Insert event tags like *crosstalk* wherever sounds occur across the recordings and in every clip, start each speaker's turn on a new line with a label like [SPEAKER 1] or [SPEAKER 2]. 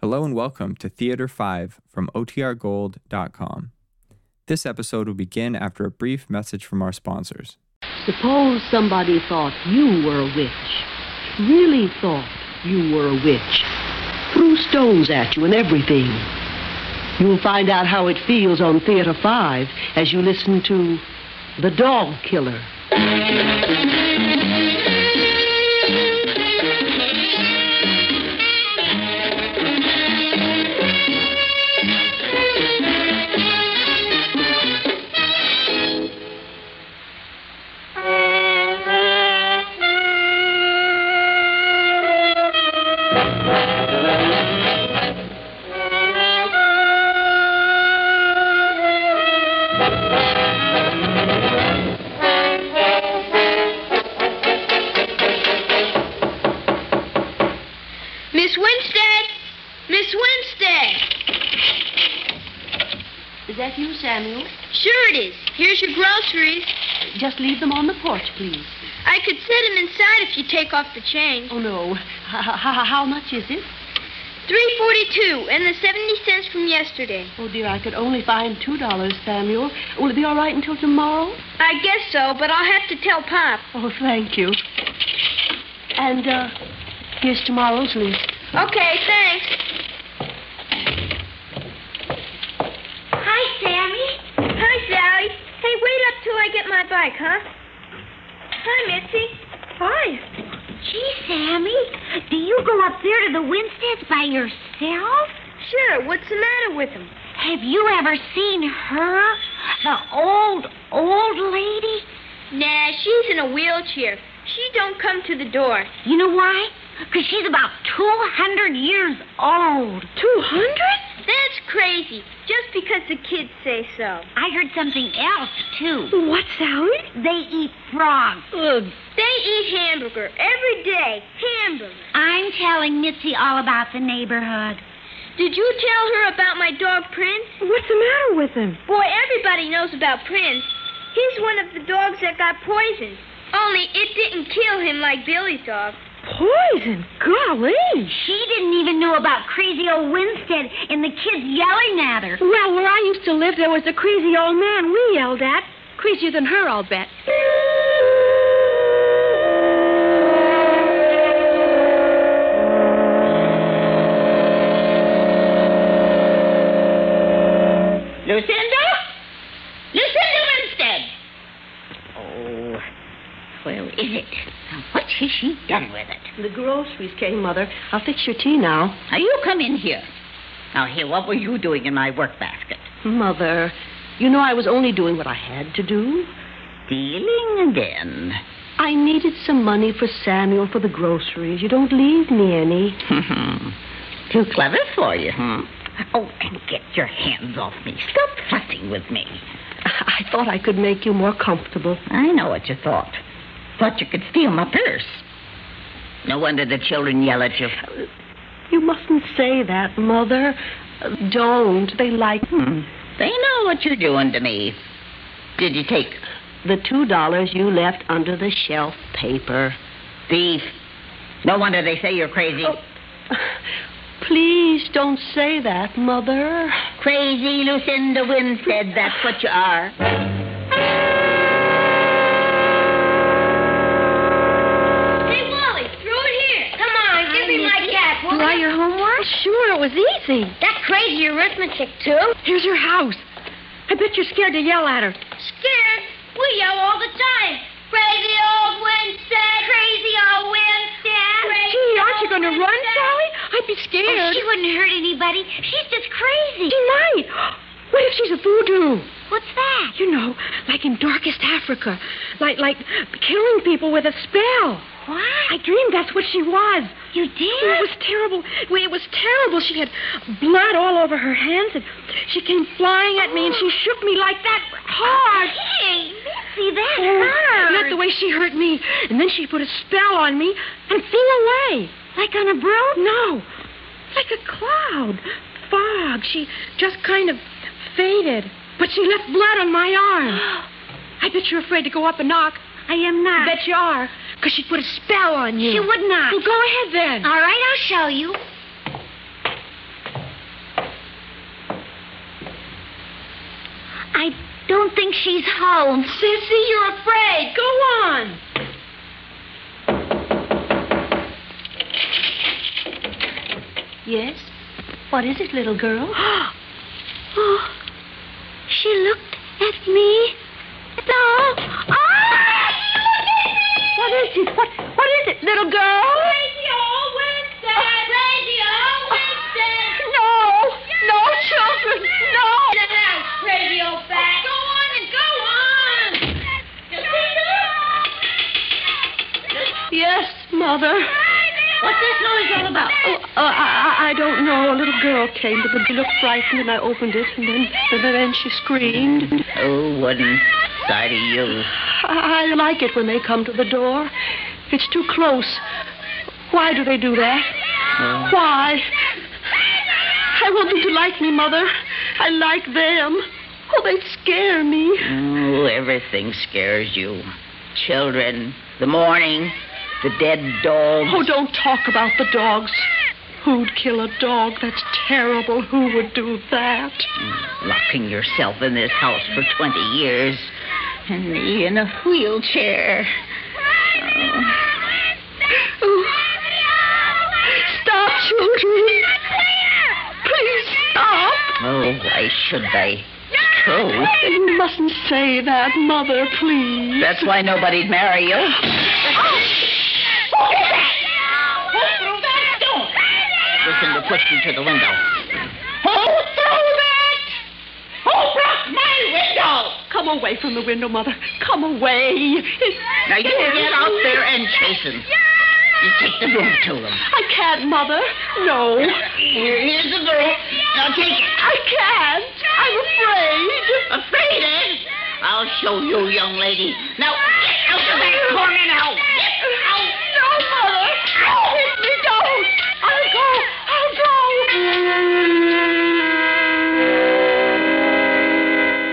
[SPEAKER 1] Hello and welcome to Theater 5 from OTRGold.com. This episode will begin after a brief message from our sponsors.
[SPEAKER 2] Suppose somebody thought you were a witch, really thought you were a witch, threw stones at you and everything. You'll find out how it feels on Theater 5 as you listen to The Dog Killer.
[SPEAKER 3] Miss Winstead! Miss Winstead!
[SPEAKER 2] Is that you, Samuel?
[SPEAKER 3] Sure it is. Here's your groceries.
[SPEAKER 2] Just leave them on the porch, please.
[SPEAKER 3] I could set 'em inside if you take off the change.
[SPEAKER 2] Oh, no. How much is it?
[SPEAKER 3] 342 and the 70 cents from yesterday.
[SPEAKER 2] Oh, dear, I could only find $2, Samuel. Will it be all right until tomorrow?
[SPEAKER 3] I guess so, but I'll have to tell Pop.
[SPEAKER 2] Oh, thank you. And, uh, here's tomorrow's list.
[SPEAKER 3] Okay, thanks. Hi, Sammy. Hi, Sally. Hey, wait up till I get my bike, huh? Hi, Mitzi. Hi.
[SPEAKER 4] Gee, Sammy, do you go up there to the Winsteads by yourself?
[SPEAKER 3] Sure, what's the matter with him?
[SPEAKER 4] Have you ever seen her? The old, old lady?
[SPEAKER 3] Nah, she's in a wheelchair. She don't come to the door.
[SPEAKER 4] You know why? Because she's about 200 years old. 200?
[SPEAKER 3] That's crazy. Just because the kids say so.
[SPEAKER 4] I heard something else, too. What, Sally? They eat frogs.
[SPEAKER 3] They eat hamburger every day. Hamburger.
[SPEAKER 4] I'm telling Mitzi all about the neighborhood.
[SPEAKER 3] Did you tell her about my dog Prince?
[SPEAKER 5] What's the matter with him?
[SPEAKER 3] Boy, everybody knows about Prince. He's one of the dogs that got poisoned. Only it didn't kill him like Billy's dog.
[SPEAKER 5] Poison? Golly!
[SPEAKER 4] She didn't even know about crazy old Winstead and the kids yelling at her.
[SPEAKER 5] Well, where I used to live, there was a crazy old man we yelled at. Crazier than her, I'll bet.
[SPEAKER 4] Lucinda? Lucinda Winstead! Oh, where is it? What has she done with it?
[SPEAKER 2] The groceries came, Mother. I'll fix your tea now.
[SPEAKER 4] Now, you come in here. Now, here, what were you doing in my work basket?
[SPEAKER 2] Mother, you know I was only doing what I had to do.
[SPEAKER 4] Dealing again. *laughs*
[SPEAKER 2] I needed some money for Samuel for the groceries. You don't leave me any. *laughs*
[SPEAKER 4] Too clever for you, huh? Oh, and get your hands off me. Stop fussing with *laughs* me.
[SPEAKER 2] I thought I could make you more comfortable.
[SPEAKER 4] I know what you thought. Thought you could steal my purse. No wonder the children yell at you.
[SPEAKER 2] You mustn't say that, Mother. Uh, Don't. They like
[SPEAKER 4] Hmm. They know what you're doing to me. Did you take
[SPEAKER 2] the two dollars you left under the shelf *laughs* paper.
[SPEAKER 4] thief? No wonder they say you're crazy.
[SPEAKER 2] Please don't say that, Mother.
[SPEAKER 4] Crazy Lucinda Winstead, that's what you are.
[SPEAKER 3] Hey, Wally, throw it here. Come on, give me my cap, will
[SPEAKER 5] Try your homework? Sure, it was easy.
[SPEAKER 3] That crazy arithmetic, too.
[SPEAKER 5] Here's your house. I bet you're scared to yell at her.
[SPEAKER 3] Scared? We yell all the time. Crazy old Winstead. Crazy old Winstead. Crazy
[SPEAKER 5] Gee, aren't you
[SPEAKER 3] old
[SPEAKER 5] going to run,
[SPEAKER 3] Winstead.
[SPEAKER 5] Sally? I'd be
[SPEAKER 4] Oh,
[SPEAKER 5] scared.
[SPEAKER 4] she wouldn't hurt anybody. She's just crazy.
[SPEAKER 5] She might. What if she's a voodoo?
[SPEAKER 4] What's that?
[SPEAKER 5] You know, like in darkest Africa. Like, like killing people with a spell.
[SPEAKER 4] What?
[SPEAKER 5] I dreamed that's what she was.
[SPEAKER 4] You
[SPEAKER 5] It
[SPEAKER 4] did?
[SPEAKER 5] was terrible. Well, It was terrible. She had blood all over her hands, and she came flying at me, and she shook me like that
[SPEAKER 3] Oh,
[SPEAKER 5] hard.
[SPEAKER 4] Hey, Mitzi, that
[SPEAKER 5] Oh,
[SPEAKER 4] hurt.
[SPEAKER 5] not the way she hurt me. And then she put a spell on me and flew away. Like on a broom? No, like a cloud, fog. She just kind of faded, but she left blood on my arm. I bet you're afraid to go up and knock.
[SPEAKER 4] I am not.
[SPEAKER 5] I bet you are, because she put a spell on you.
[SPEAKER 4] She would not.
[SPEAKER 5] Well, go ahead then.
[SPEAKER 4] All right, I'll show you.
[SPEAKER 3] Don't think she's home.
[SPEAKER 5] Sissy, you're afraid. Go on.
[SPEAKER 3] Yes? What is it, little girl?
[SPEAKER 5] Oh, *gasps* she looked at me. No. Ah! What is it? What? What is it, little girl?
[SPEAKER 3] Radio Winston! Radio Winston!
[SPEAKER 5] No, no, children, no.
[SPEAKER 3] Get out, radio back! Go on and go on!
[SPEAKER 5] Yes, mother.
[SPEAKER 3] What's this noise all about?
[SPEAKER 5] Oh, uh, I, I- I don't know. A little girl came, but she looked frightened, and I opened it, and then, and then she screamed.
[SPEAKER 4] Oh, wouldn't. Sorry, you.
[SPEAKER 5] I, I like it when they come to the door. It's too close. Why do they do that? Why? I want them to like me, Mother. I like them. Oh, they scare me.
[SPEAKER 4] Oh, everything scares you. Children, the morning, the dead dog.
[SPEAKER 5] Oh, don't talk about the dogs. Who'd kill a dog? That's terrible. Who would do that?
[SPEAKER 4] Locking yourself in this house for 20 years. And me in a wheelchair.
[SPEAKER 5] Stop, children. Please stop.
[SPEAKER 4] Oh, why should they? It's true.
[SPEAKER 5] You mustn't say that, Mother, please.
[SPEAKER 4] That's why nobody'd marry you. Listen to push me to the window. Who threw that? Who broke my window?
[SPEAKER 5] Come away from the window, Mother. Come away. It's
[SPEAKER 4] Now you get out there and chase him. You take the broom to him.
[SPEAKER 5] I can't, Mother. No.
[SPEAKER 4] Here- Here's the broom. Now take it.
[SPEAKER 5] I can't. I'm afraid.
[SPEAKER 4] Afraid, eh? I'll show you, young lady. Now get out of that corner now. Get out.
[SPEAKER 5] No, Mother. Don't hit me. Don't. I'll go. I'll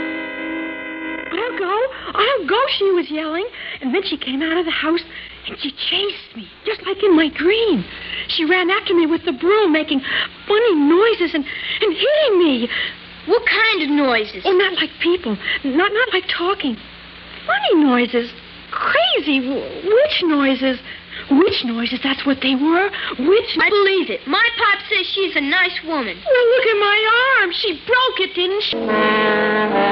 [SPEAKER 5] go. I'll go. I'll go, she was yelling. And then she came out of the house and she chased me, just like in my dream. She ran after me with the broom, making funny noises and, and hitting me.
[SPEAKER 3] What kind of noises?
[SPEAKER 5] Oh, not like people. Not not like talking. Funny noises. Crazy w- witch noises. Witch noises, that's what they were. Witch.
[SPEAKER 3] I believe it. My pop says she's a nice woman.
[SPEAKER 5] Well, look at my arm. She broke it, didn't she?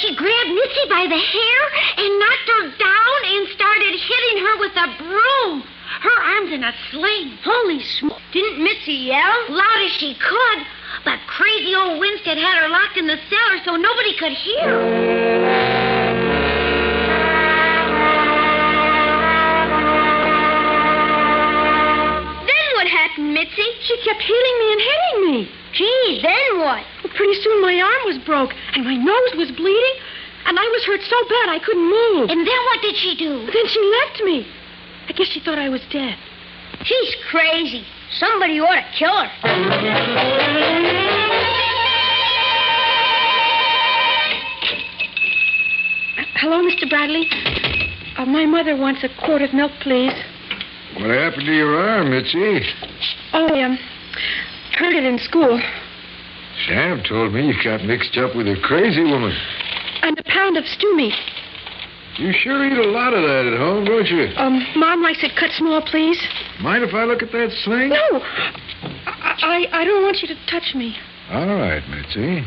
[SPEAKER 3] She grabbed Mitzi by the hair and knocked her down and started hitting her with a broom. Her arm's in a sling. Holy smoke. Didn't Mitzi yell? Loud as she could. But crazy old Winstead had her locked in the cellar so nobody could hear. Then what happened, Mitzi?
[SPEAKER 5] She kept hitting me and hitting me.
[SPEAKER 3] Gee, then what?
[SPEAKER 5] Well, pretty soon my arm was broke and my nose was bleeding, and I was hurt so bad I couldn't move.
[SPEAKER 3] And then what did she do?
[SPEAKER 5] then she left me. I guess she thought I was dead.
[SPEAKER 3] She's crazy. Somebody ought to kill her.
[SPEAKER 5] Hello, Mr. Bradley. Uh, my mother wants a quart of milk, please.
[SPEAKER 6] What happened to your arm, Mitzi?
[SPEAKER 5] Oh, I um, heard it in school.
[SPEAKER 6] Sam told me you got mixed up with a crazy woman.
[SPEAKER 5] And a pound of stew meat.
[SPEAKER 6] You sure eat a lot of that at home, don't you?
[SPEAKER 5] Um, Mom likes it cut small, please.
[SPEAKER 6] Mind if I look at that sling?
[SPEAKER 5] No, I, I, I don't want you to touch me.
[SPEAKER 6] All right, Mitzi.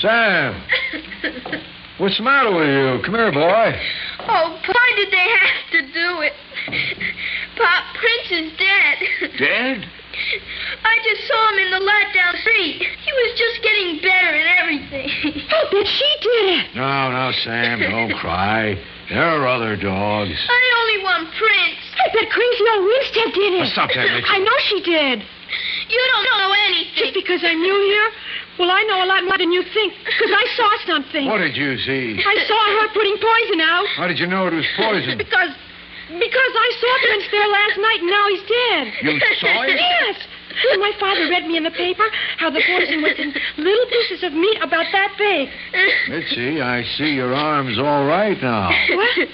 [SPEAKER 6] Sam! What's the matter with you? Come here, boy.
[SPEAKER 3] Oh, Pop, why did they have to do it? Pop, Prince is dead.
[SPEAKER 6] Dead?
[SPEAKER 3] I just saw him in the lot down the street. He was just getting better and everything. *laughs*
[SPEAKER 5] Oh, but she did it.
[SPEAKER 6] No, no, Sam, don't cry. There are other dogs.
[SPEAKER 3] I only want Prince.
[SPEAKER 5] I bet crazy old Winstead did it.
[SPEAKER 6] Oh, stop that, Mitzi.
[SPEAKER 5] I know she did.
[SPEAKER 3] You don't know
[SPEAKER 5] Just
[SPEAKER 3] anything.
[SPEAKER 5] because I'm new here? Well, I know a lot more than you think, because I saw something.
[SPEAKER 6] What did you see?
[SPEAKER 5] I saw her putting poison out.
[SPEAKER 6] How did you know it was poison?
[SPEAKER 5] Because, because I saw Prince there last night, and now he's dead.
[SPEAKER 6] You saw it?
[SPEAKER 5] Yes. And my father read me in the paper how the poison was in little pieces of meat about that big.
[SPEAKER 6] Mitzi, I see your arm's all right now.
[SPEAKER 5] What?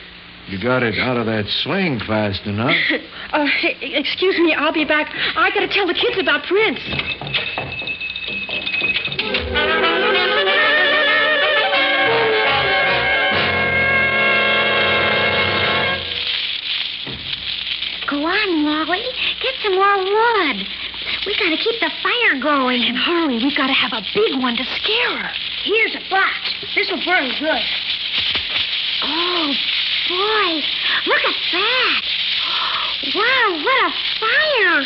[SPEAKER 6] You got it out of that sling fast *laughs* enough.
[SPEAKER 5] *laughs* Uh, e- excuse me, I'll be back. I gotta tell the kids about Prince.
[SPEAKER 3] Go on, Wally. Get some more wood. We gotta keep the fire going. And hurry, we gotta have a big one to scare her. Here's a box. This'll burn good. Oh, boy. Look at that. Wow, what a fire.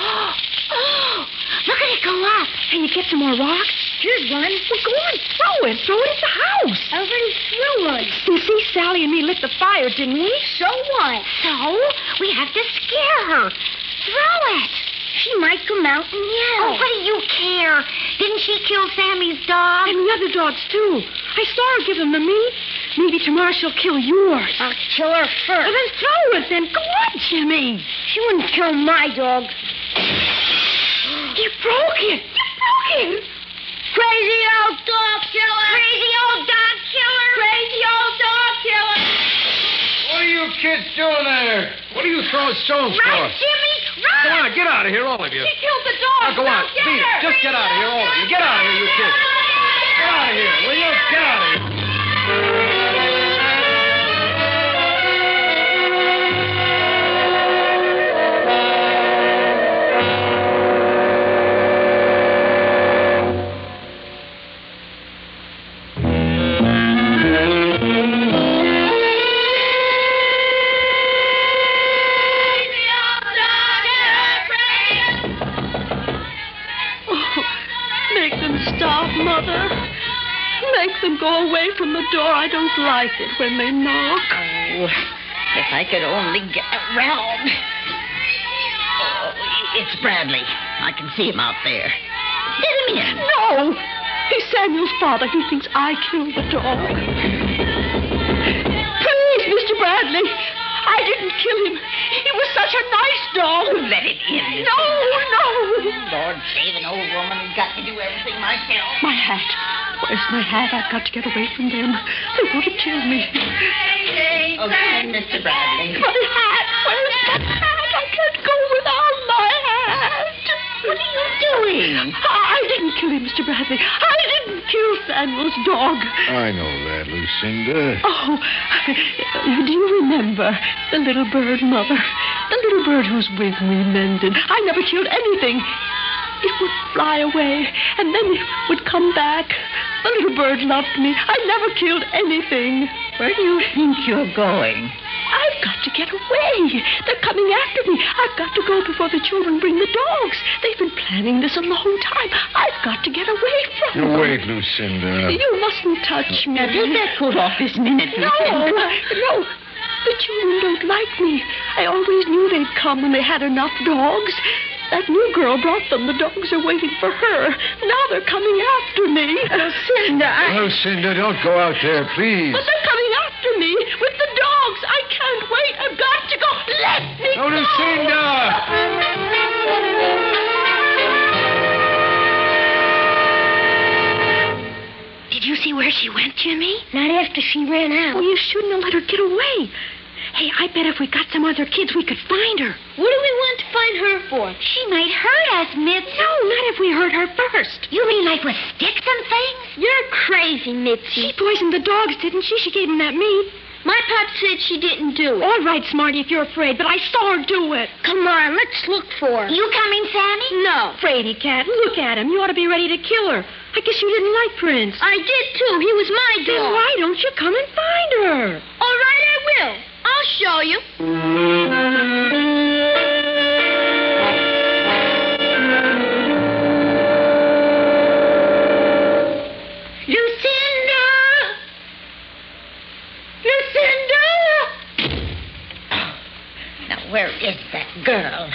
[SPEAKER 3] Oh, *gasps* look at it go up.
[SPEAKER 5] Hey, you get some more rocks?
[SPEAKER 3] Here's one.
[SPEAKER 5] Well, go on, throw it. Throw it at the house.
[SPEAKER 3] I already threw one.
[SPEAKER 5] You see, Sally and me lit the fire, didn't we?
[SPEAKER 3] So what? So we have to scare her. Throw it. She might come out and yell. Oh, what do you care? Didn't she kill Sammy's dog?
[SPEAKER 5] And the other dogs, too. I saw her give them to me. Maybe tomorrow she'll kill yours.
[SPEAKER 3] I'll kill her
[SPEAKER 5] Well,
[SPEAKER 3] first.
[SPEAKER 5] then throw it, then. Go on, Jimmy.
[SPEAKER 3] She wouldn't kill my dog.
[SPEAKER 5] You broke it. You broke it.
[SPEAKER 3] Crazy old dog killer. Crazy old dog killer. Crazy old dog killer.
[SPEAKER 6] What are you kids doing there? What are you throwing stones
[SPEAKER 3] Right,
[SPEAKER 6] for?
[SPEAKER 3] Jimmy? Right.
[SPEAKER 6] Come on, get out of here, all of you.
[SPEAKER 3] She killed the dog.
[SPEAKER 6] Now, go on.
[SPEAKER 3] Now get
[SPEAKER 6] Beat it.
[SPEAKER 3] her.
[SPEAKER 6] Just get out of here, all of you. Get out of here, you kids. Get out of here, will you? Get out of here.
[SPEAKER 5] Oh, *laughs* make them stop, Mother. Make them go away from the door. I don't like it when they knock.
[SPEAKER 4] Oh, if I could only get around. Oh, it's Bradley. I can see him out there. Get him in.
[SPEAKER 5] No! He's Samuel's father. He thinks I killed the dog. Please, Mr. Bradley. I didn't kill him. He was such a nice dog.
[SPEAKER 4] Let it in.
[SPEAKER 5] No, no.
[SPEAKER 4] Lord, save an old woman who got to do everything myself.
[SPEAKER 5] My hat. Where's my hat? I've got to get away from them. They want to kill me.
[SPEAKER 4] Okay, Mr. Bradley.
[SPEAKER 5] My hat. Where's my hat? I can't go without my hat. What are you
[SPEAKER 4] doing?
[SPEAKER 5] I didn't kill him, Mr. Bradley. I didn't kill Samuel's dog.
[SPEAKER 6] I know that, Lucinda.
[SPEAKER 5] Oh, do you remember the little bird, Mother? The little bird who's with me mended. I never killed anything. It would fly away, and then it would come back. The little bird loved me. I never killed anything.
[SPEAKER 4] Where do you think you're going?
[SPEAKER 5] I've got to get away. They're coming after me. I've got to go before the children bring the dogs. They've been planning this a long time. I've got to get away from
[SPEAKER 6] You
[SPEAKER 5] them.
[SPEAKER 6] wait, Lucinda.
[SPEAKER 5] You mustn't touch me.
[SPEAKER 4] Now, take that coat off this minute,
[SPEAKER 5] No,
[SPEAKER 4] Lucinda.
[SPEAKER 5] no. The children don't like me. I always knew they'd come when they had enough dogs. That new girl brought them. The dogs are waiting for her. Now they're coming after me. Lucinda,
[SPEAKER 6] Lucinda, don't go out there, please.
[SPEAKER 5] But they're coming after me with the dogs. I can't wait. I've got to go. Let me
[SPEAKER 6] No,
[SPEAKER 5] go.
[SPEAKER 6] Lucinda!
[SPEAKER 3] Did you see where she went, Jimmy? Not after she ran
[SPEAKER 5] Well,
[SPEAKER 3] out.
[SPEAKER 5] you shouldn't have let her get away. Hey, I bet if we got some other kids, we could find her.
[SPEAKER 3] What do we want to find her for? She might hurt us, Mitzi. No, not if we hurt her first. You mean like with sticks and things? You're crazy,
[SPEAKER 5] She
[SPEAKER 3] Mitzi.
[SPEAKER 5] poisoned the dogs, didn't she? She gave them that meat.
[SPEAKER 3] My pop said she didn't do
[SPEAKER 5] All right, Smarty, if you're afraid, but I saw her do it.
[SPEAKER 3] Come on, let's look for her. You coming, Sammy? No.
[SPEAKER 5] Afraid he can't. Look at him. You ought to be ready to kill her. I guess you didn't like Prince.
[SPEAKER 3] I did too. He was my
[SPEAKER 5] Then why don't you come and find her?
[SPEAKER 3] All right, I will. I'll show you. Lucinda! Lucinda!
[SPEAKER 4] Now, where is that girl?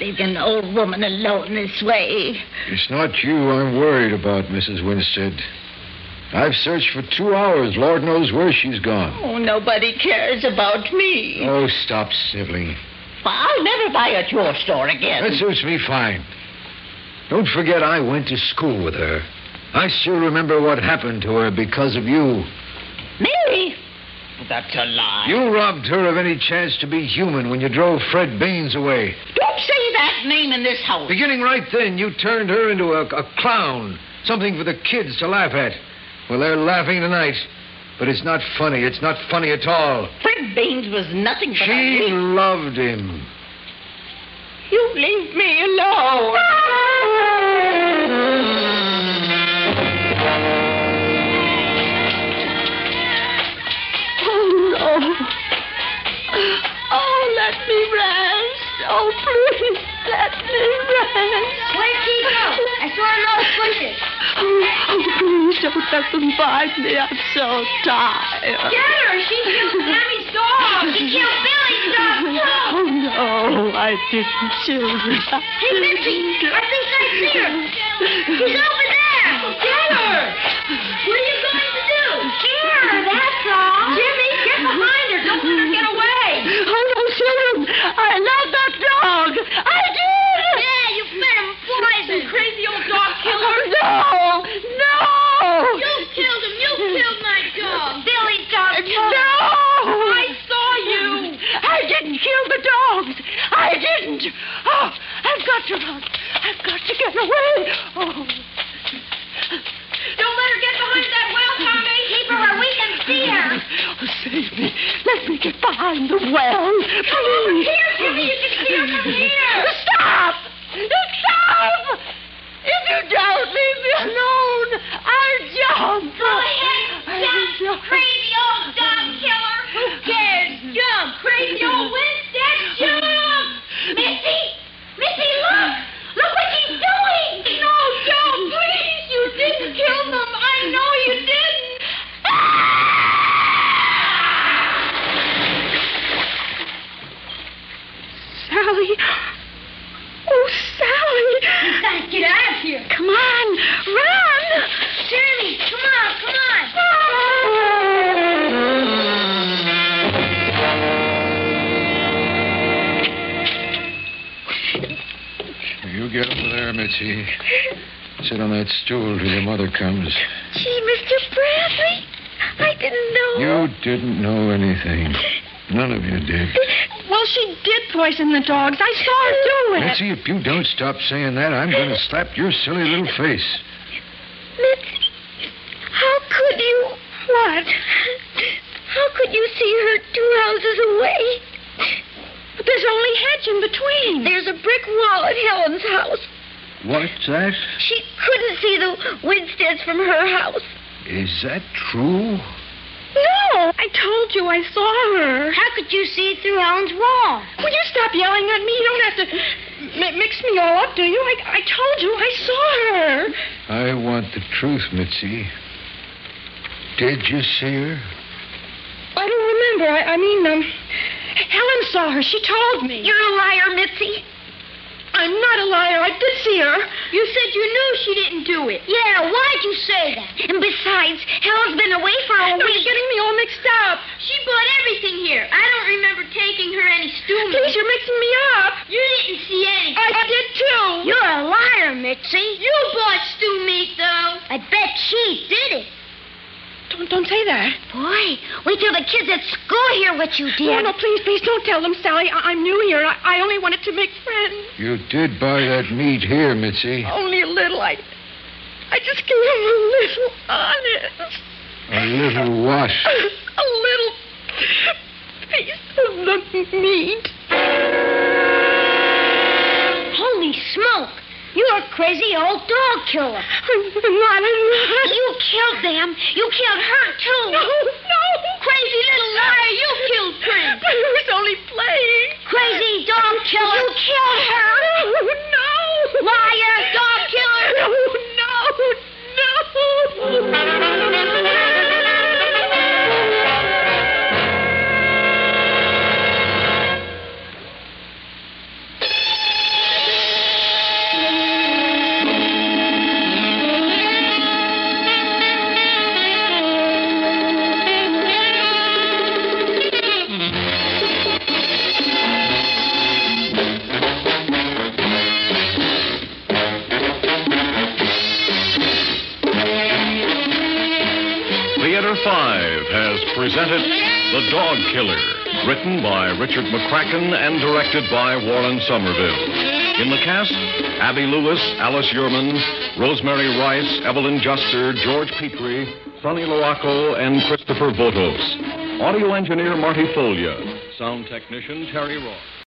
[SPEAKER 4] Leaving an old woman alone this way.
[SPEAKER 6] It's not you I'm worried about, Mrs. Winstead. I've searched for two hours. Lord knows where she's gone.
[SPEAKER 4] Oh, nobody cares about me.
[SPEAKER 6] Oh, stop sniveling.
[SPEAKER 4] I'll never buy at your store again.
[SPEAKER 6] That suits me fine. Don't forget, I went to school with her. I still remember what happened to her because of you.
[SPEAKER 4] Mary! That's a lie.
[SPEAKER 6] You robbed her of any chance to be human when you drove Fred Baines away.
[SPEAKER 4] Don't say that name in this house.
[SPEAKER 6] Beginning right then, you turned her into a, a clown, something for the kids to laugh at. Well, they're laughing tonight, but it's not funny. It's not funny at all.
[SPEAKER 4] Fred Baines was nothing but a
[SPEAKER 6] She
[SPEAKER 4] leech.
[SPEAKER 6] loved him.
[SPEAKER 4] You leave me alone.
[SPEAKER 3] Oh, no. Oh, let me rest. Oh, please, let me rest. Where'd she go? I saw her all pushes.
[SPEAKER 2] Oh, please don't let them bite me. I'm so tired.
[SPEAKER 3] Get her. She killed Tammy's dog. She killed Billy's dog, too.
[SPEAKER 2] Oh, no, I didn't, children. I
[SPEAKER 3] Hey, Missy, I think I see her. She's over there. Get her. What are you going to do? Get her, that's all. Jimmy, get behind her. Don't let her get away.
[SPEAKER 2] Oh, no, children. I love that dog. I did.
[SPEAKER 3] Yeah, you fed him poison. Crazy old dog killer.
[SPEAKER 2] Oh, no.
[SPEAKER 3] You killed him. You killed my dog. Billy's dog.
[SPEAKER 2] No.
[SPEAKER 3] I saw you.
[SPEAKER 2] I didn't kill the dogs. I didn't. Oh, I've got to run. I've got to get away. Oh.
[SPEAKER 3] Don't let her get behind that well, Tommy. Keep her where we can see her.
[SPEAKER 2] Oh, save me. Let me get behind the well. Please.
[SPEAKER 3] Here, Jimmy, you can see her from here.
[SPEAKER 2] Stop! Stop! If you don't leave me alone, I'll jump.
[SPEAKER 3] Go ahead,
[SPEAKER 2] I'll
[SPEAKER 3] jump, crazy old dog killer. Who cares? Jump, crazy old Winstead, jump. Missy, Missy, look. Look what she's doing. No, Joe, please. You didn't kill them. I know you didn't. Ah!
[SPEAKER 5] Sally. Oh, Sally.
[SPEAKER 3] gotta get out of here.
[SPEAKER 5] Come on, run.
[SPEAKER 3] Shirley, come on, come on.
[SPEAKER 6] You get over there, Mitzi. Sit on that stool till your mother comes.
[SPEAKER 5] Gee, Mr. Bradley. I didn't know.
[SPEAKER 6] You didn't know anything. None of you did.
[SPEAKER 5] Well, she did poison the dogs. I saw her do it.
[SPEAKER 6] Mitzi, if you don't stop saying that, I'm going to slap your silly little face.
[SPEAKER 5] Mitzi, how could you? What? How could you see her two houses away? But there's only hedge in between.
[SPEAKER 3] There's a brick wall at Helen's house.
[SPEAKER 6] What's that?
[SPEAKER 3] She couldn't see the Winsteads from her house.
[SPEAKER 6] Is that true?
[SPEAKER 5] No, I told you I saw her.
[SPEAKER 3] How could you see through Helen's wall?
[SPEAKER 5] Will you stop yelling at me? You don't have to mi- mix me all up, do you? I, I told you I saw her.
[SPEAKER 6] I want the truth, Mitzi. Did you see her?
[SPEAKER 5] I don't remember. I, I mean, um, Helen saw her. She told me.
[SPEAKER 3] You're a liar, Mitzi.
[SPEAKER 5] I'm not a liar. I did see her.
[SPEAKER 3] You said you knew she didn't do it. Yeah, why'd you say that? And besides, Helen's been away for a
[SPEAKER 5] You're
[SPEAKER 3] week.
[SPEAKER 5] getting me all mixed up.
[SPEAKER 3] She bought everything here. I don't remember taking her any stumens.
[SPEAKER 5] Please, you're mixing me up.
[SPEAKER 3] You didn't see anything.
[SPEAKER 5] I did too.
[SPEAKER 3] You're a liar, Mitzi. You bought stew meat, though. I bet she did it.
[SPEAKER 5] Don't, don't say that.
[SPEAKER 3] Boy, wait till the kids at school hear what you did.
[SPEAKER 5] No, no, please, please don't tell them, Sally. I- I'm new here. I-, I only wanted to make friends.
[SPEAKER 6] You did buy that meat here, Mitzi.
[SPEAKER 5] Only a little. I, I just gave them a little, honest.
[SPEAKER 6] A little what?
[SPEAKER 5] A little piece of the meat.
[SPEAKER 3] Holy smoke! You're a crazy old dog killer.
[SPEAKER 5] I'm not a nut.
[SPEAKER 3] You killed them. You killed her, too.
[SPEAKER 5] No, no.
[SPEAKER 3] Crazy little liar, you killed Prince.
[SPEAKER 5] *laughs* But I was only playing.
[SPEAKER 3] Crazy dog killer. You killed her.
[SPEAKER 5] No, no.
[SPEAKER 3] Liar, dog killer.
[SPEAKER 5] No, no, no.
[SPEAKER 3] *laughs*
[SPEAKER 7] Theater 5 has presented
[SPEAKER 6] The Dog Killer, written by Richard McCracken and directed by Warren Somerville. In the cast, Abby Lewis, Alice Yearman, Rosemary Rice, Evelyn Juster, George Petrie, Sonny Larocco, and Christopher Votos. Audio engineer Marty Folia. Sound technician Terry Ross.